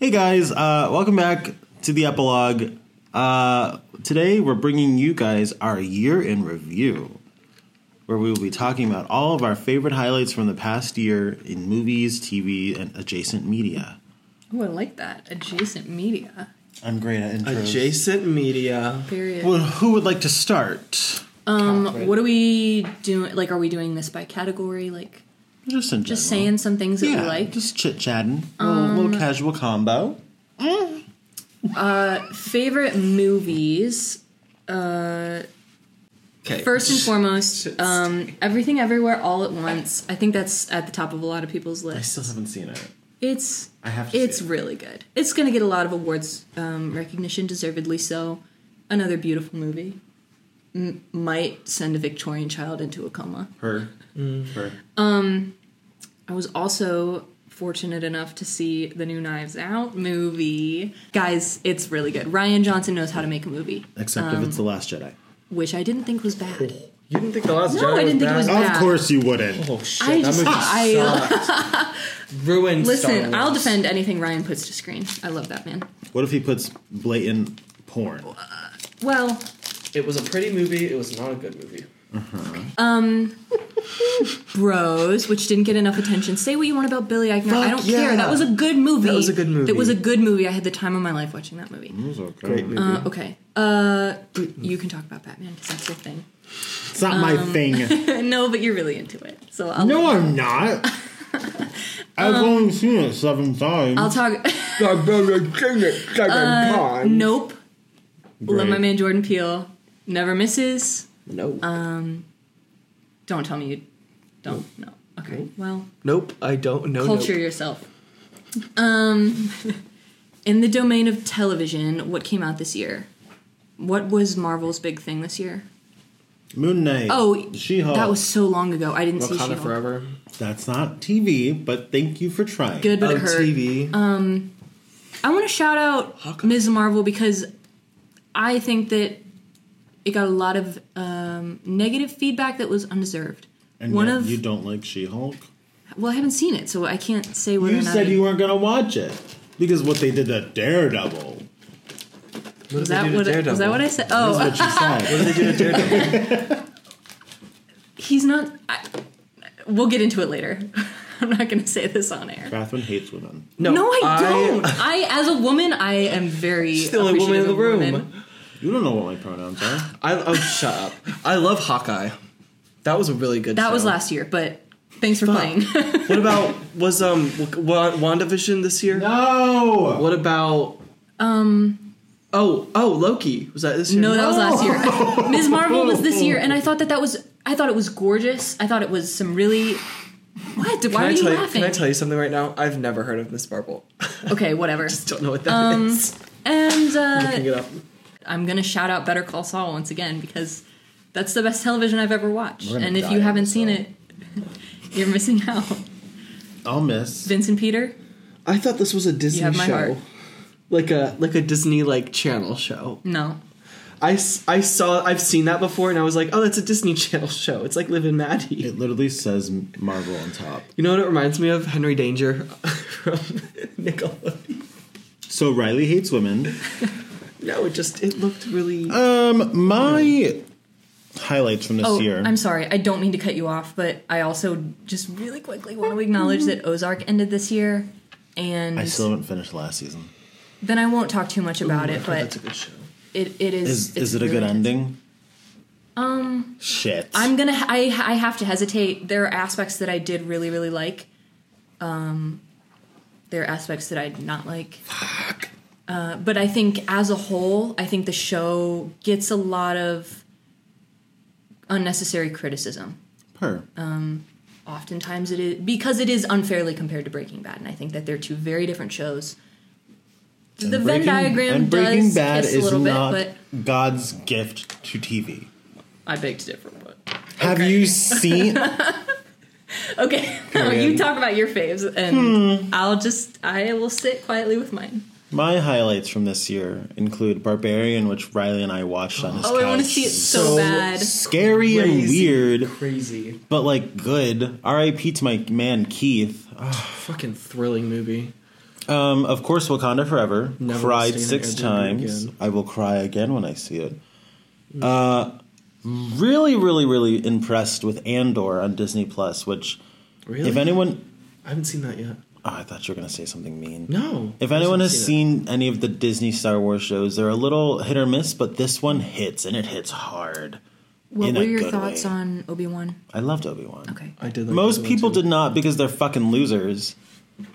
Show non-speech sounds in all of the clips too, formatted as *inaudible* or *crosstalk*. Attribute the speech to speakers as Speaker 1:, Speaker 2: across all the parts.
Speaker 1: Hey guys, uh, welcome back to the epilogue. Uh, today we're bringing you guys our year in review, where we will be talking about all of our favorite highlights from the past year in movies, TV, and adjacent media.
Speaker 2: Oh, I like that. Adjacent media.
Speaker 1: I'm great at intros.
Speaker 3: Adjacent media.
Speaker 2: Period.
Speaker 1: Well, who would like to start?
Speaker 2: um, what are we doing? Like, are we doing this by category? Like,
Speaker 1: Just in
Speaker 2: just
Speaker 1: general.
Speaker 2: saying some things that
Speaker 1: Yeah,
Speaker 2: we like. Um,
Speaker 1: just chit chatting, a little casual combo.
Speaker 2: Favorite movies.
Speaker 3: Okay.
Speaker 2: First and foremost, um, Everything Everywhere All at Once. I think that's at the top of a lot of people's
Speaker 3: I
Speaker 2: list.
Speaker 3: still haven't seen it.
Speaker 2: It's
Speaker 3: I have to.
Speaker 2: it's
Speaker 3: see it.
Speaker 2: really good. It's going to get a lot of awards um, recognition, deservedly so. Another beautiful movie. M- might send a Victorian child into a coma.
Speaker 1: Her,
Speaker 2: Mm.
Speaker 1: her.
Speaker 2: I was also fortunate enough to see the new Knives Out movie. Guys, it's really good. Ryan Johnson knows how to make a movie,
Speaker 1: Except
Speaker 2: Um,
Speaker 1: if it's the Last Jedi.
Speaker 2: which I didn't think was bad.
Speaker 3: You didn't think the last
Speaker 2: No,
Speaker 3: Jedi
Speaker 2: I didn't think it
Speaker 3: bad?
Speaker 2: was- yeah.
Speaker 1: Of course you wouldn't.
Speaker 3: Oh shit!
Speaker 2: I
Speaker 3: that
Speaker 2: just-
Speaker 3: movie
Speaker 2: *laughs* I-
Speaker 3: sucked. ruined. Star
Speaker 2: Listen,
Speaker 3: Wars.
Speaker 2: I'll defend anything Ryan puts to screen. I love that man.
Speaker 1: What if he puts blatant porn?
Speaker 2: Well,
Speaker 3: It was a pretty movie. It was not a good movie.
Speaker 2: Bros, which didn't get enough attention. Say what you want about Billy Eichner. I
Speaker 3: Fuck
Speaker 2: don't
Speaker 3: yeah.
Speaker 2: care. That was a good movie.
Speaker 3: That was a good movie.
Speaker 2: That was a good movie. I had the time of my life watching that movie.
Speaker 3: Great movie.
Speaker 2: Uh, okay. Uh, you can talk about Batman because that's your thing. *laughs*
Speaker 1: It's not my
Speaker 2: Um,
Speaker 1: thing.
Speaker 2: no, but you're really into it, so I'll
Speaker 1: No, I'm
Speaker 2: *laughs*
Speaker 1: not. I've only seen it seven times.
Speaker 2: Um, I'll talk.
Speaker 3: I better sing it second
Speaker 2: Uh,
Speaker 3: time.
Speaker 2: Nope. Love
Speaker 1: Great.
Speaker 2: my man Jordan Peele. Never misses.
Speaker 3: No.
Speaker 2: uh, Don't tell me you don't know. Okay. Well,
Speaker 3: nope. I don't know.
Speaker 2: culture yourself. Um, in the domain of television, what came out this year? What was Marvel's big thing this year?
Speaker 1: Moon Knight.
Speaker 2: Oh,
Speaker 1: She-Hulk.
Speaker 2: That was so long ago. I didn't see
Speaker 3: Wakanda
Speaker 2: She-Hulk.
Speaker 3: Forever.
Speaker 1: That's not TV, but thank you for trying.
Speaker 2: Good, but
Speaker 3: on
Speaker 2: it hurt. Uh,
Speaker 3: TV.
Speaker 2: I want to shout out
Speaker 3: Hawkeye.
Speaker 2: Ms. Marvel because I think that it got a lot of um, negative feedback that was undeserved.
Speaker 1: And
Speaker 2: One
Speaker 1: yet
Speaker 2: of
Speaker 1: you don't like She-Hulk.
Speaker 2: Well, I haven't seen it, so I can't say whether
Speaker 1: You
Speaker 2: or not.
Speaker 1: said
Speaker 2: I-
Speaker 1: you weren't gonna watch it because what they did to Daredevil.
Speaker 3: What
Speaker 2: was that what was that what I said? Oh, *laughs*
Speaker 1: That's what you said. *laughs*
Speaker 3: What did they do to Daredevil?
Speaker 2: he's not. I, we'll get into it later. *laughs* I'm not going to say this on air.
Speaker 1: Catherine hates women.
Speaker 2: No, I, don't. I, as a woman, I am very
Speaker 3: She's the only woman in the room.
Speaker 2: appreciative of
Speaker 1: You don't know what my pronouns are.
Speaker 3: I oh shut up. I love Hawkeye. That was a really good.
Speaker 2: That was
Speaker 3: show.
Speaker 2: last year, but thanks for playing. *laughs*
Speaker 3: What about was um w- w- WandaVision this year?
Speaker 1: No.
Speaker 3: What about um oh oh Loki was that this year?
Speaker 2: no, that was last
Speaker 3: *laughs*
Speaker 2: year. Ms. Marvel was this year, and I thought that that was. I thought it was gorgeous. I thought it was some really. What? Why
Speaker 3: Can
Speaker 2: are
Speaker 3: I
Speaker 2: you
Speaker 3: tell you?
Speaker 2: laughing?
Speaker 3: Can I tell you something right now? I've never heard of Miss *laughs* Marvel.
Speaker 2: Okay, whatever.
Speaker 3: Don't know what that
Speaker 2: Um,
Speaker 3: is.
Speaker 2: And uh,
Speaker 3: Looking it up.
Speaker 2: I'm gonna shout out Better Call Saul once again because that's the best television I've ever watched.
Speaker 1: We're gonna
Speaker 2: And if
Speaker 1: die
Speaker 2: you
Speaker 1: on
Speaker 2: haven't
Speaker 1: this
Speaker 2: seen
Speaker 1: hill.
Speaker 2: it, *laughs* you're missing out.
Speaker 1: I'll miss.
Speaker 2: Vincent Peter,
Speaker 3: I thought this was a Disney
Speaker 2: have my
Speaker 3: show.
Speaker 2: heart.
Speaker 3: Like a like a Disney like channel show.
Speaker 2: no.
Speaker 3: I, s- I saw I've seen that before and I was like, oh, that's a Disney *laughs* Channel show. It's like Live in Maddie.
Speaker 1: It literally says Marvel on top.
Speaker 3: You know what it reminds me of? Henry Danger from *laughs* Nickelodeon.
Speaker 1: So Riley hates women.
Speaker 3: No, it just it looked really.
Speaker 1: Um, my highlights from this
Speaker 2: Oh,
Speaker 1: year.
Speaker 2: I'm sorry. I don't mean to cut you off, but I also just really quickly want to acknowledge that Ozark ended this year, and
Speaker 1: I still haven't finished last season.
Speaker 2: then I won't talk too much about
Speaker 3: I
Speaker 2: it.
Speaker 3: heard that's
Speaker 2: But
Speaker 3: a good show.
Speaker 2: it, it is.
Speaker 1: Is
Speaker 2: it's
Speaker 1: is it a
Speaker 2: really
Speaker 1: good ending? Um. Shit.
Speaker 2: I'm gonna. I I have to hesitate. There are aspects that I did really really like. Um, there are aspects that I did not like. Fuck. Uh, but I think as a whole, I think the show gets a lot of unnecessary criticism.
Speaker 1: her.
Speaker 2: um, Oftentimes it is because it is unfairly compared to Breaking Bad, and I think that they're two very different shows. the Venn
Speaker 1: Breaking-
Speaker 2: diagram
Speaker 1: and Breaking
Speaker 2: does
Speaker 1: Bad
Speaker 2: kiss
Speaker 1: is
Speaker 2: a little
Speaker 1: not
Speaker 2: bit,
Speaker 1: God's gift to TV.
Speaker 2: but I beg to differ. But
Speaker 1: Have
Speaker 2: Okay. *laughs*
Speaker 1: you seen?
Speaker 2: Okay, *laughs* you talk about your faves, and
Speaker 1: Hmm.
Speaker 2: I'll just I will sit quietly with mine.
Speaker 1: my highlights from this year include Barbarian, which Riley and I watched on his
Speaker 2: Oh, I want to
Speaker 1: couch.
Speaker 2: see it so,
Speaker 3: So-
Speaker 2: bad.
Speaker 1: Scary and
Speaker 3: Crazy.
Speaker 1: weird,
Speaker 3: Crazy,
Speaker 1: but like good. R.I.P. to my man Keith.
Speaker 3: fucking thrilling movie.
Speaker 1: Um, of course, Wakanda Forever.
Speaker 3: Never
Speaker 1: cried
Speaker 3: seen it
Speaker 1: six
Speaker 3: ever
Speaker 1: times.
Speaker 3: again.
Speaker 1: I will cry again when I see it. Uh, really, really, really impressed with Andor on Disney Plus. Which,
Speaker 3: Really?
Speaker 1: if anyone,
Speaker 3: I haven't seen that yet.
Speaker 1: oh, I thought you were going to say something mean.
Speaker 3: No.
Speaker 1: If
Speaker 3: I
Speaker 1: anyone
Speaker 3: haven't
Speaker 1: has seen any of the Disney Star Wars shows, they're a little hit or miss, but this one hits and it hits hard.
Speaker 2: What
Speaker 1: In a
Speaker 2: were your
Speaker 1: good
Speaker 2: thoughts
Speaker 1: way.
Speaker 2: on Obi Wan?
Speaker 1: I loved Obi Wan.
Speaker 2: Okay.
Speaker 3: it. I did. Like
Speaker 1: Most
Speaker 3: that one
Speaker 1: people
Speaker 3: too.
Speaker 1: did not because they're fucking losers.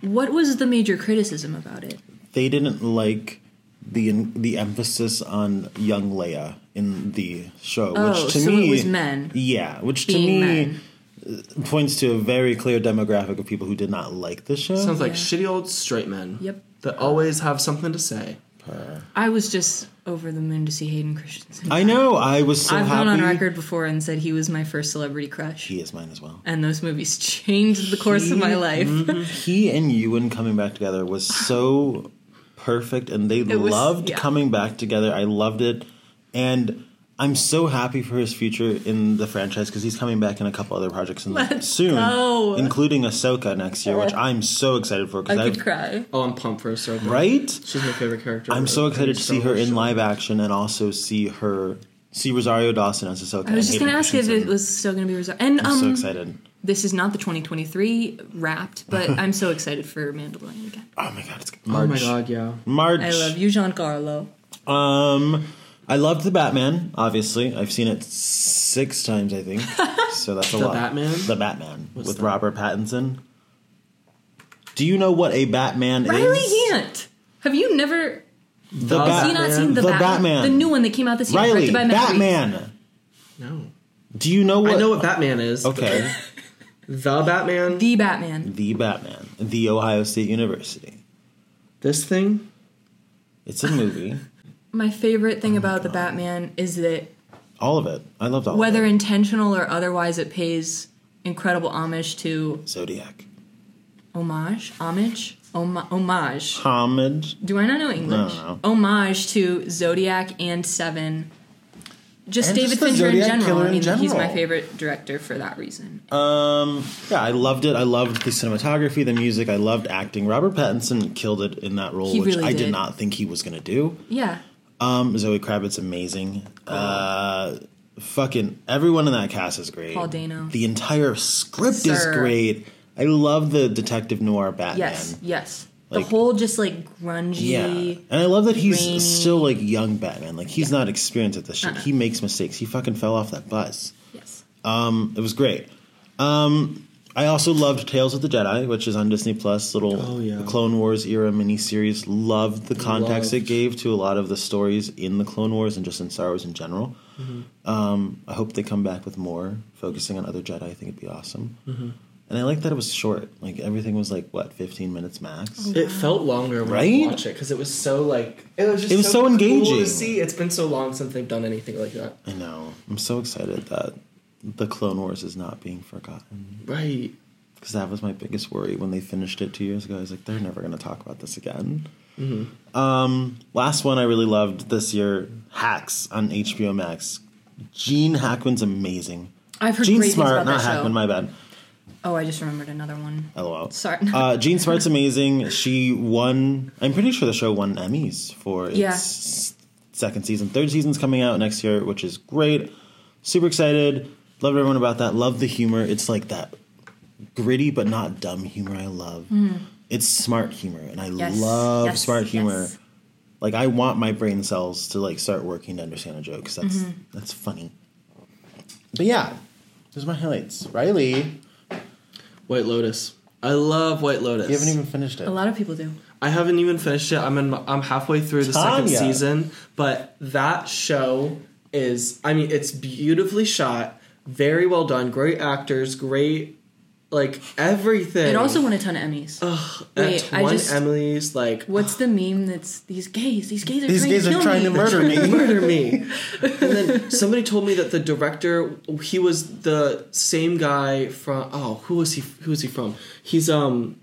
Speaker 2: What was the major criticism about it?
Speaker 1: They didn't like the the emphasis on young Leia in the show,
Speaker 2: Oh,
Speaker 1: which to
Speaker 2: so
Speaker 1: me
Speaker 2: it was men
Speaker 1: Yeah, which to me
Speaker 2: being men.
Speaker 1: points to a very clear demographic of people who did not like the show.
Speaker 3: Sounds like
Speaker 2: Yeah.
Speaker 3: shitty old straight men.
Speaker 2: Yep.
Speaker 3: That always have something to say.
Speaker 2: I was just over the moon to see Hayden Christensen.
Speaker 1: I know. I was so
Speaker 2: I've
Speaker 1: happy.
Speaker 2: gone on record before and said he was my first celebrity crush.
Speaker 1: He is mine as well.
Speaker 2: and those movies *laughs* changed the course of my life.
Speaker 1: Mm-hmm. he and Ewan coming back together was so perfect, and they
Speaker 2: was-
Speaker 1: loved
Speaker 2: yeah.
Speaker 1: coming back together. I loved it, and I'm so happy for his future in the franchise because he's coming back in a couple other projects in
Speaker 2: Let's
Speaker 1: soon,
Speaker 2: go.
Speaker 1: including Ahsoka next year, which I'm so excited for
Speaker 2: I
Speaker 1: because
Speaker 2: could
Speaker 1: I
Speaker 2: cry.
Speaker 3: Oh, I'm pumped for Ahsoka.
Speaker 1: right.
Speaker 3: She's my favorite character.
Speaker 1: I'm so
Speaker 3: of
Speaker 1: excited
Speaker 3: the
Speaker 1: to
Speaker 3: Star
Speaker 1: see her
Speaker 3: Wars
Speaker 1: in
Speaker 3: show.
Speaker 1: live action and also see her see Rosario Dawson as Ahsoka.
Speaker 2: I was
Speaker 1: and
Speaker 2: just
Speaker 1: Hayden
Speaker 2: gonna ask if it
Speaker 1: Christensen.
Speaker 2: was still gonna be resolved. And
Speaker 1: I'm so
Speaker 2: um,
Speaker 1: excited.
Speaker 2: this is not the 2023 wrapped,
Speaker 1: *laughs*
Speaker 2: but I'm so excited for Mandalorian again.
Speaker 1: Oh my god, it's March.
Speaker 3: Oh my god, yeah.
Speaker 1: March.
Speaker 2: I love you, Giancarlo.
Speaker 1: Um, I loved the Batman. Obviously, I've seen it six times. I
Speaker 3: *laughs*
Speaker 1: think so. That's a
Speaker 3: The
Speaker 1: lot.
Speaker 3: Batman?
Speaker 1: The Batman
Speaker 3: What's
Speaker 1: with
Speaker 3: that?
Speaker 1: Robert Pattinson. Do you know what a Batman
Speaker 2: Riley
Speaker 1: is?
Speaker 2: Hant. Have you never?
Speaker 1: The
Speaker 2: Have
Speaker 3: Has
Speaker 1: Batman.
Speaker 2: you not seen the,
Speaker 1: The
Speaker 2: Bat-
Speaker 1: Batman.
Speaker 2: the new one that came out this year,
Speaker 1: Riley
Speaker 2: directed by Matt Reeves?
Speaker 1: Batman.
Speaker 3: No.
Speaker 1: Do you know what?
Speaker 3: I know what Batman is.
Speaker 1: Okay,
Speaker 3: The Batman.
Speaker 2: The Batman.
Speaker 1: the Batman, the Ohio State University.
Speaker 3: this thing.
Speaker 1: It's a movie.
Speaker 2: My favorite thing about the Batman is that
Speaker 1: all of it. I loved all
Speaker 2: whether
Speaker 1: of it.
Speaker 2: intentional or otherwise, it pays incredible homage to
Speaker 1: Zodiac
Speaker 2: homage, homage, Homa- homage.
Speaker 1: homage.
Speaker 2: Do I not know English?
Speaker 1: No,
Speaker 2: Homage to Zodiac and Seven. Just
Speaker 1: And
Speaker 2: David
Speaker 1: just the
Speaker 2: Fincher in
Speaker 1: Zodiac
Speaker 2: general.
Speaker 1: killer
Speaker 2: I
Speaker 1: in
Speaker 2: mean, he's
Speaker 1: general.
Speaker 2: my favorite director for that reason.
Speaker 1: Um, yeah, I loved it. I loved the cinematography, the music. I loved acting. Robert Pattinson killed it in that role,
Speaker 2: He
Speaker 1: which I
Speaker 2: really
Speaker 1: did
Speaker 2: did.
Speaker 1: not think he was going to do.
Speaker 2: yeah,
Speaker 1: Um, Zoe Kravitz, amazing. Uh, fucking everyone in that cast is great.
Speaker 2: Paul Dano.
Speaker 1: The entire script is
Speaker 2: Sir.
Speaker 1: great. I love the detective noir Batman.
Speaker 2: yes, yes.
Speaker 1: Like-
Speaker 2: the whole just like grungy.
Speaker 1: Yeah, and I love that he's
Speaker 2: rainy.
Speaker 1: still like young Batman. Like he's not experienced at this
Speaker 2: Uh-uh.
Speaker 1: shit. He makes mistakes. He fucking fell off that bus.
Speaker 2: Yes.
Speaker 1: Um, it was great. Um, I also loved Tales of the Jedi, which is on Disney Plus, little
Speaker 3: Oh, yeah.
Speaker 1: Clone Wars era miniseries. Loved the context it
Speaker 3: Loved.
Speaker 1: gave to a lot of the stories in the Clone Wars and just in Star Wars in general.
Speaker 3: Mm-hmm.
Speaker 1: Um, I hope they come back with more, focusing on other Jedi. I think it'd be awesome.
Speaker 3: Mm-hmm.
Speaker 1: And I like that it was short. Like everything was like what, fifteen minutes max.
Speaker 3: It felt longer when
Speaker 1: Right?
Speaker 3: I watched it because it was so like it was just
Speaker 1: It was so
Speaker 3: cool
Speaker 1: engaging.
Speaker 3: to see. It's been so long since they've done anything like that.
Speaker 1: I know. I'm so excited that the Clone Wars is not being forgotten
Speaker 3: Right.
Speaker 1: because that was my biggest worry when they finished it two years ago. I was like, they're never going to talk about this again. Um, last one I really loved this year, Hacks on HBO Max. Gene Hackman's amazing.
Speaker 2: I've heard
Speaker 1: Gene
Speaker 2: great
Speaker 1: Smart,
Speaker 2: things about
Speaker 1: not
Speaker 2: that show.
Speaker 1: Hackman. My bad.
Speaker 2: oh, I just remembered another one.
Speaker 1: LOL.
Speaker 2: Sorry.
Speaker 1: uh, Gene Smart's amazing. She won. I'm pretty sure the show won Emmys for its
Speaker 2: Yeah.
Speaker 1: s- second season. Third season's coming out next year, which is great. Super excited. Love everyone about that. Love the humor. It's like that gritty but not dumb humor. I love. It's smart humor, and I
Speaker 2: Mm. Yes,
Speaker 1: love
Speaker 2: yes,
Speaker 1: smart humor.
Speaker 2: yes.
Speaker 1: Like I want my brain cells to like start working to understand a joke. 'cause that's
Speaker 2: Mm-hmm.
Speaker 1: that's funny. But yeah, those are my highlights. Riley, you
Speaker 3: White Lotus. I love White Lotus.
Speaker 1: haven't even finished it.
Speaker 2: A lot of people do.
Speaker 3: I haven't even finished it. I'm in, I'm halfway through the second
Speaker 1: Tanya.
Speaker 3: season, but that show is I mean it's beautifully shot, very well done, great actors, great like everything.
Speaker 2: It also won a ton of Emmys.
Speaker 3: Ugh,
Speaker 2: Wait,
Speaker 3: that
Speaker 2: I
Speaker 3: one
Speaker 2: just-
Speaker 3: Emily's like
Speaker 2: What's the meme that's these gays? These gays are
Speaker 1: These
Speaker 2: trying
Speaker 1: gays
Speaker 2: to kill
Speaker 1: are trying
Speaker 2: me.
Speaker 1: to murder me.
Speaker 3: *laughs* murder me. *laughs* and
Speaker 2: *laughs*
Speaker 3: then somebody told me that the director he was the same guy from oh who was he who was he from? He's um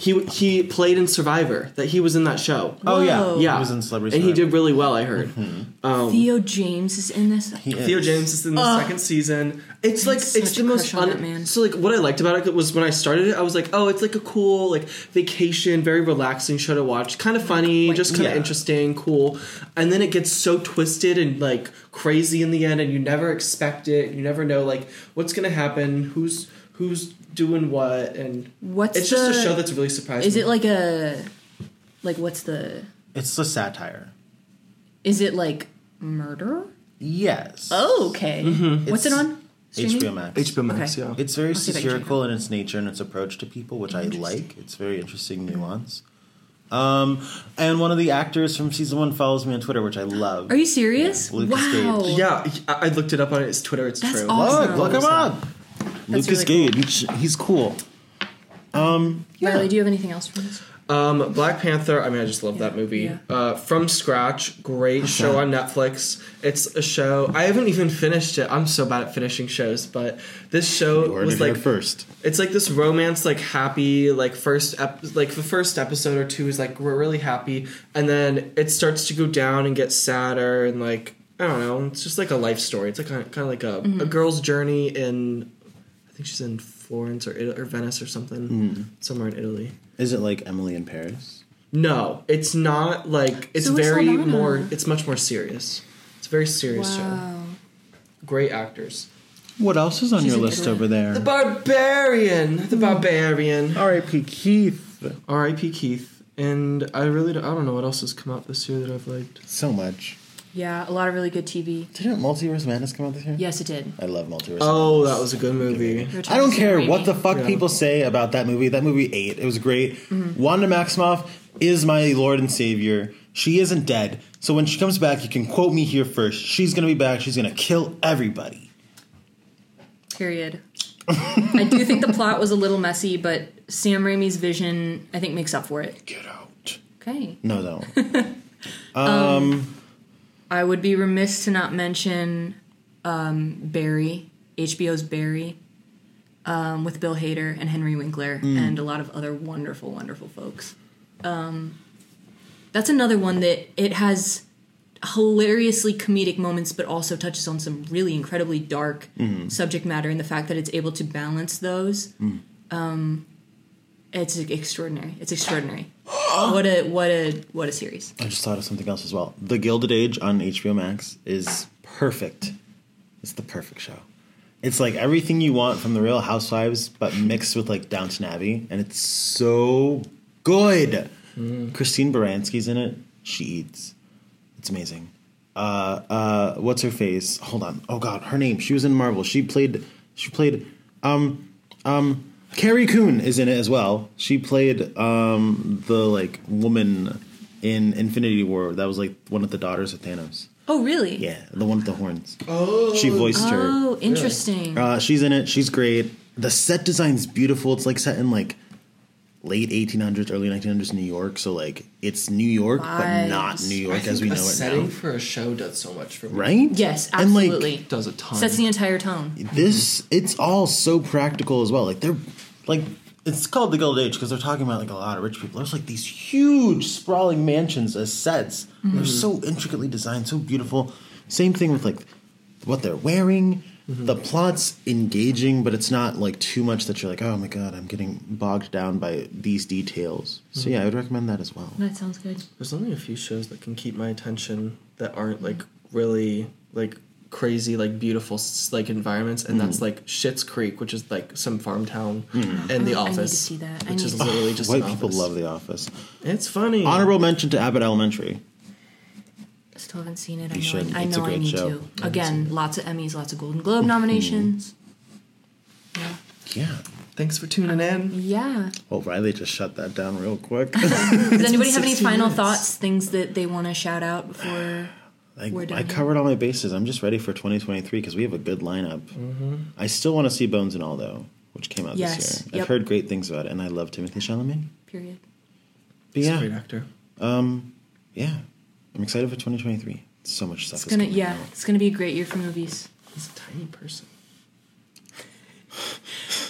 Speaker 3: He he played in Survivor. That he was in that show.
Speaker 1: Oh yeah,
Speaker 2: Whoa.
Speaker 3: yeah,
Speaker 1: He was in Celebrity.
Speaker 3: and he
Speaker 1: Survivor.
Speaker 3: did really well. I heard.
Speaker 2: Theo James is in this.
Speaker 1: He
Speaker 3: Mm-hmm. Theo
Speaker 1: is.
Speaker 3: James is in the second season. It's like
Speaker 2: such
Speaker 3: it's
Speaker 2: a
Speaker 3: the most
Speaker 2: crush on
Speaker 3: un-
Speaker 2: that man.
Speaker 3: So like what I liked about it was when I started it, I was like, oh, it's like a cool like vacation, very relaxing show to watch, kind of funny, just kind of
Speaker 1: Yeah.
Speaker 3: interesting, cool. And then it gets so twisted and like crazy in the end, and you never expect it. You never know like what's gonna happen, who's who's doing what, and
Speaker 2: What's
Speaker 3: it's just
Speaker 2: the-
Speaker 3: a show that's really surprising.
Speaker 2: Is it like a like what's the
Speaker 1: It's a satire.
Speaker 2: is it like murder?
Speaker 1: Yes.
Speaker 2: Oh, okay. What's
Speaker 1: Mm-hmm. It's
Speaker 2: it on? Streaming?
Speaker 1: HBO Max.
Speaker 3: HBO Max?
Speaker 2: Okay.
Speaker 3: Yeah.
Speaker 1: It's very
Speaker 2: I'll see if I can check it
Speaker 1: satirical in its nature and its approach to people, which I like. It's very interesting nuance. Um, and one of the actors from season one follows me on Twitter, which I love.
Speaker 2: Are you serious?
Speaker 1: Yeah, Lucas
Speaker 2: wow.
Speaker 1: Gage.
Speaker 3: yeah, I I looked it up on his Twitter. It's
Speaker 2: That's
Speaker 3: true.
Speaker 2: awesome.
Speaker 1: Look, look him up.
Speaker 2: That's
Speaker 1: Lucas
Speaker 2: really
Speaker 1: Gage. He's- He's cool.
Speaker 2: Riley, do you have anything else for this?
Speaker 3: Um, Black Panther. I mean, I just love that movie.
Speaker 2: yeah.
Speaker 3: Uh, From scratch, great show on Netflix. It's a show. I haven't even finished it. I'm so bad at finishing shows, but this show
Speaker 1: Word
Speaker 3: was
Speaker 1: of your
Speaker 3: like
Speaker 1: first.
Speaker 3: it's like this romance, like happy, like first ep- like the first episode or two is like we're really happy, and then it starts to go down and get sadder and like I don't know. It's just like a life story. It's like kind of like a,
Speaker 2: Mm-hmm.
Speaker 3: a girl's journey in. I think she's in Florence or Ita- or Venice or something, somewhere in Italy.
Speaker 1: Is it like Emily in Paris?
Speaker 3: No, it's not like it's
Speaker 2: Suicide
Speaker 3: very
Speaker 2: Anna.
Speaker 3: more. It's much more serious. It's a very serious show. Great actors.
Speaker 1: What else is on
Speaker 2: She's
Speaker 1: your
Speaker 2: in
Speaker 1: list
Speaker 2: Italy.
Speaker 1: over there?
Speaker 3: The Barbarian,
Speaker 2: Hmm.
Speaker 3: the Barbarian.
Speaker 1: R.I.P. Keith.
Speaker 3: R.I.P. Keith. And I really don't, I don't know what else has come out this year that I've liked.
Speaker 1: So much.
Speaker 2: Yeah, a lot of really good TV.
Speaker 1: Didn't Multiverse Madness come out this year?
Speaker 2: Yes, it did.
Speaker 1: I love Multiverse.
Speaker 3: Oh,
Speaker 1: Madness.
Speaker 3: that was a good movie.
Speaker 2: Return
Speaker 1: I don't
Speaker 2: of
Speaker 1: care
Speaker 2: Sam
Speaker 1: what the
Speaker 2: Raimi.
Speaker 1: fuck
Speaker 3: Yeah.
Speaker 1: people say about that movie. That movie ate. It was great. Wanda Maximoff is my lord and savior. She isn't dead. So when she comes back, you can quote me here first. She's going to be back. She's going to kill everybody. *laughs*
Speaker 2: Period. I do think the plot was a little messy, but Sam Raimi's vision, I think, makes up for it.
Speaker 1: Get out.
Speaker 2: Okay.
Speaker 1: No, no.
Speaker 2: I would be remiss to not mention um, Barry, HBO's Barry, um, with Bill Hader and Henry Winkler and a lot of other wonderful, wonderful folks. Um, that's another one that it has hilariously comedic moments, but also touches on some really incredibly dark subject matter. And the fact that it's able to balance those, um, it's extraordinary. It's extraordinary. what a what a what a series.
Speaker 1: I just thought of something else as well. The Gilded Age on HBO Max is perfect. It's the perfect show. It's like everything you want from the Real Housewives, but mixed with like Downton Abbey, and it's so good. Christine Baranski's in it. She eats. It's amazing. Uh, uh, what's her face? Hold on. Oh God, her name. She was in Marvel. She played. She played. Um, um, Carrie Coon is in it as well. She played um the like woman in Infinity War that was like one of the daughters of Thanos.
Speaker 2: Oh, really?
Speaker 1: Yeah, the one with the horns. Oh, she voiced her.
Speaker 2: Oh, interesting.
Speaker 1: Uh, she's in it. She's great. The set design's beautiful. It's like set in like late 1800s, early 1900s New York. So like it's New York, but not
Speaker 2: Vibes.
Speaker 1: New
Speaker 3: I
Speaker 1: York
Speaker 3: think
Speaker 1: as we
Speaker 3: a
Speaker 1: know it
Speaker 3: setting
Speaker 1: now,
Speaker 3: for a show does so much for me.
Speaker 1: right?
Speaker 2: yes,
Speaker 1: And, like,
Speaker 2: absolutely.
Speaker 3: It does a ton.
Speaker 2: Sets the entire tone.
Speaker 1: this it's all so practical as well like they're like it's called the Gilded Age because they're talking about like a lot of rich people. There's like these huge sprawling mansions as sets. They're so intricately designed, so beautiful. Mm-hmm. Same thing with like what they're wearing. The plot's engaging, but it's not like too much that you're like, oh my god, I'm getting bogged down by these details. So yeah, I would recommend that as well.
Speaker 2: That sounds good.
Speaker 3: There's only a few shows that can keep my attention that aren't like really like crazy like beautiful s- like environments and that's
Speaker 1: Mm-hmm.
Speaker 3: like Shits Creek which is like some farm town and
Speaker 2: Oh,
Speaker 3: The
Speaker 2: I need to
Speaker 3: Office
Speaker 2: see that. I
Speaker 3: which
Speaker 2: need
Speaker 3: is
Speaker 2: to see
Speaker 3: literally just
Speaker 1: White
Speaker 3: an
Speaker 1: people
Speaker 3: office.
Speaker 1: love The Office.
Speaker 3: It's funny.
Speaker 1: Honorable mention to Abbott Elementary.
Speaker 2: Still haven't seen it. I
Speaker 1: You
Speaker 2: know,
Speaker 1: should.
Speaker 2: I, I,
Speaker 1: It's a
Speaker 2: know I
Speaker 1: great
Speaker 2: need
Speaker 1: show.
Speaker 2: to. Again, lots of Emmys, lots of Golden Globe nominations.
Speaker 1: Mm-hmm.
Speaker 2: Yeah.
Speaker 1: Yeah.
Speaker 3: Thanks for tuning in.
Speaker 1: *laughs*
Speaker 2: Yeah.
Speaker 1: Oh, Riley just shut that down real quick. *laughs*
Speaker 2: Does anybody have any
Speaker 3: 16
Speaker 2: final
Speaker 3: minutes.
Speaker 2: thoughts, things that they want to shout
Speaker 1: *sighs*
Speaker 2: out before?
Speaker 1: I,
Speaker 2: We're done
Speaker 1: I
Speaker 2: here.
Speaker 1: covered all my bases. I'm just ready for 2023 because we have a good lineup. I still want to see Bones and All though, which came out
Speaker 2: Mm-hmm. Yes,
Speaker 1: this year. I've
Speaker 2: yep.
Speaker 1: heard great things about it, and I love Timothy Chalamet.
Speaker 2: Period.
Speaker 1: But
Speaker 3: He's a great
Speaker 1: yeah,
Speaker 3: actor.
Speaker 1: yeah, I'm excited for 2023. So much stuff.
Speaker 2: It's
Speaker 1: is
Speaker 2: gonna,
Speaker 1: coming
Speaker 2: yeah,
Speaker 1: out.
Speaker 2: it's gonna be a great year for movies.
Speaker 3: He's a tiny person.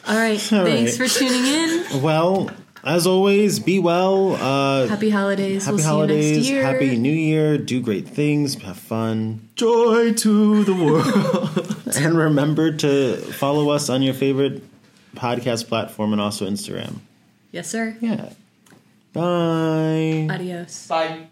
Speaker 2: All right.
Speaker 1: All *laughs*
Speaker 2: thanks
Speaker 1: right. *laughs*
Speaker 2: for tuning in.
Speaker 1: Well, As always, be well. Uh,
Speaker 2: Happy holidays.
Speaker 1: happy
Speaker 2: we'll see you next
Speaker 1: holidays.
Speaker 2: year.
Speaker 1: Happy New Year. Do great things. Have fun.
Speaker 3: Joy to the
Speaker 1: *laughs*
Speaker 3: world. *laughs*
Speaker 1: And remember to follow us on your favorite podcast platform and also Instagram.
Speaker 2: Yes, sir.
Speaker 1: Yeah. Bye.
Speaker 2: Adios.
Speaker 3: Bye.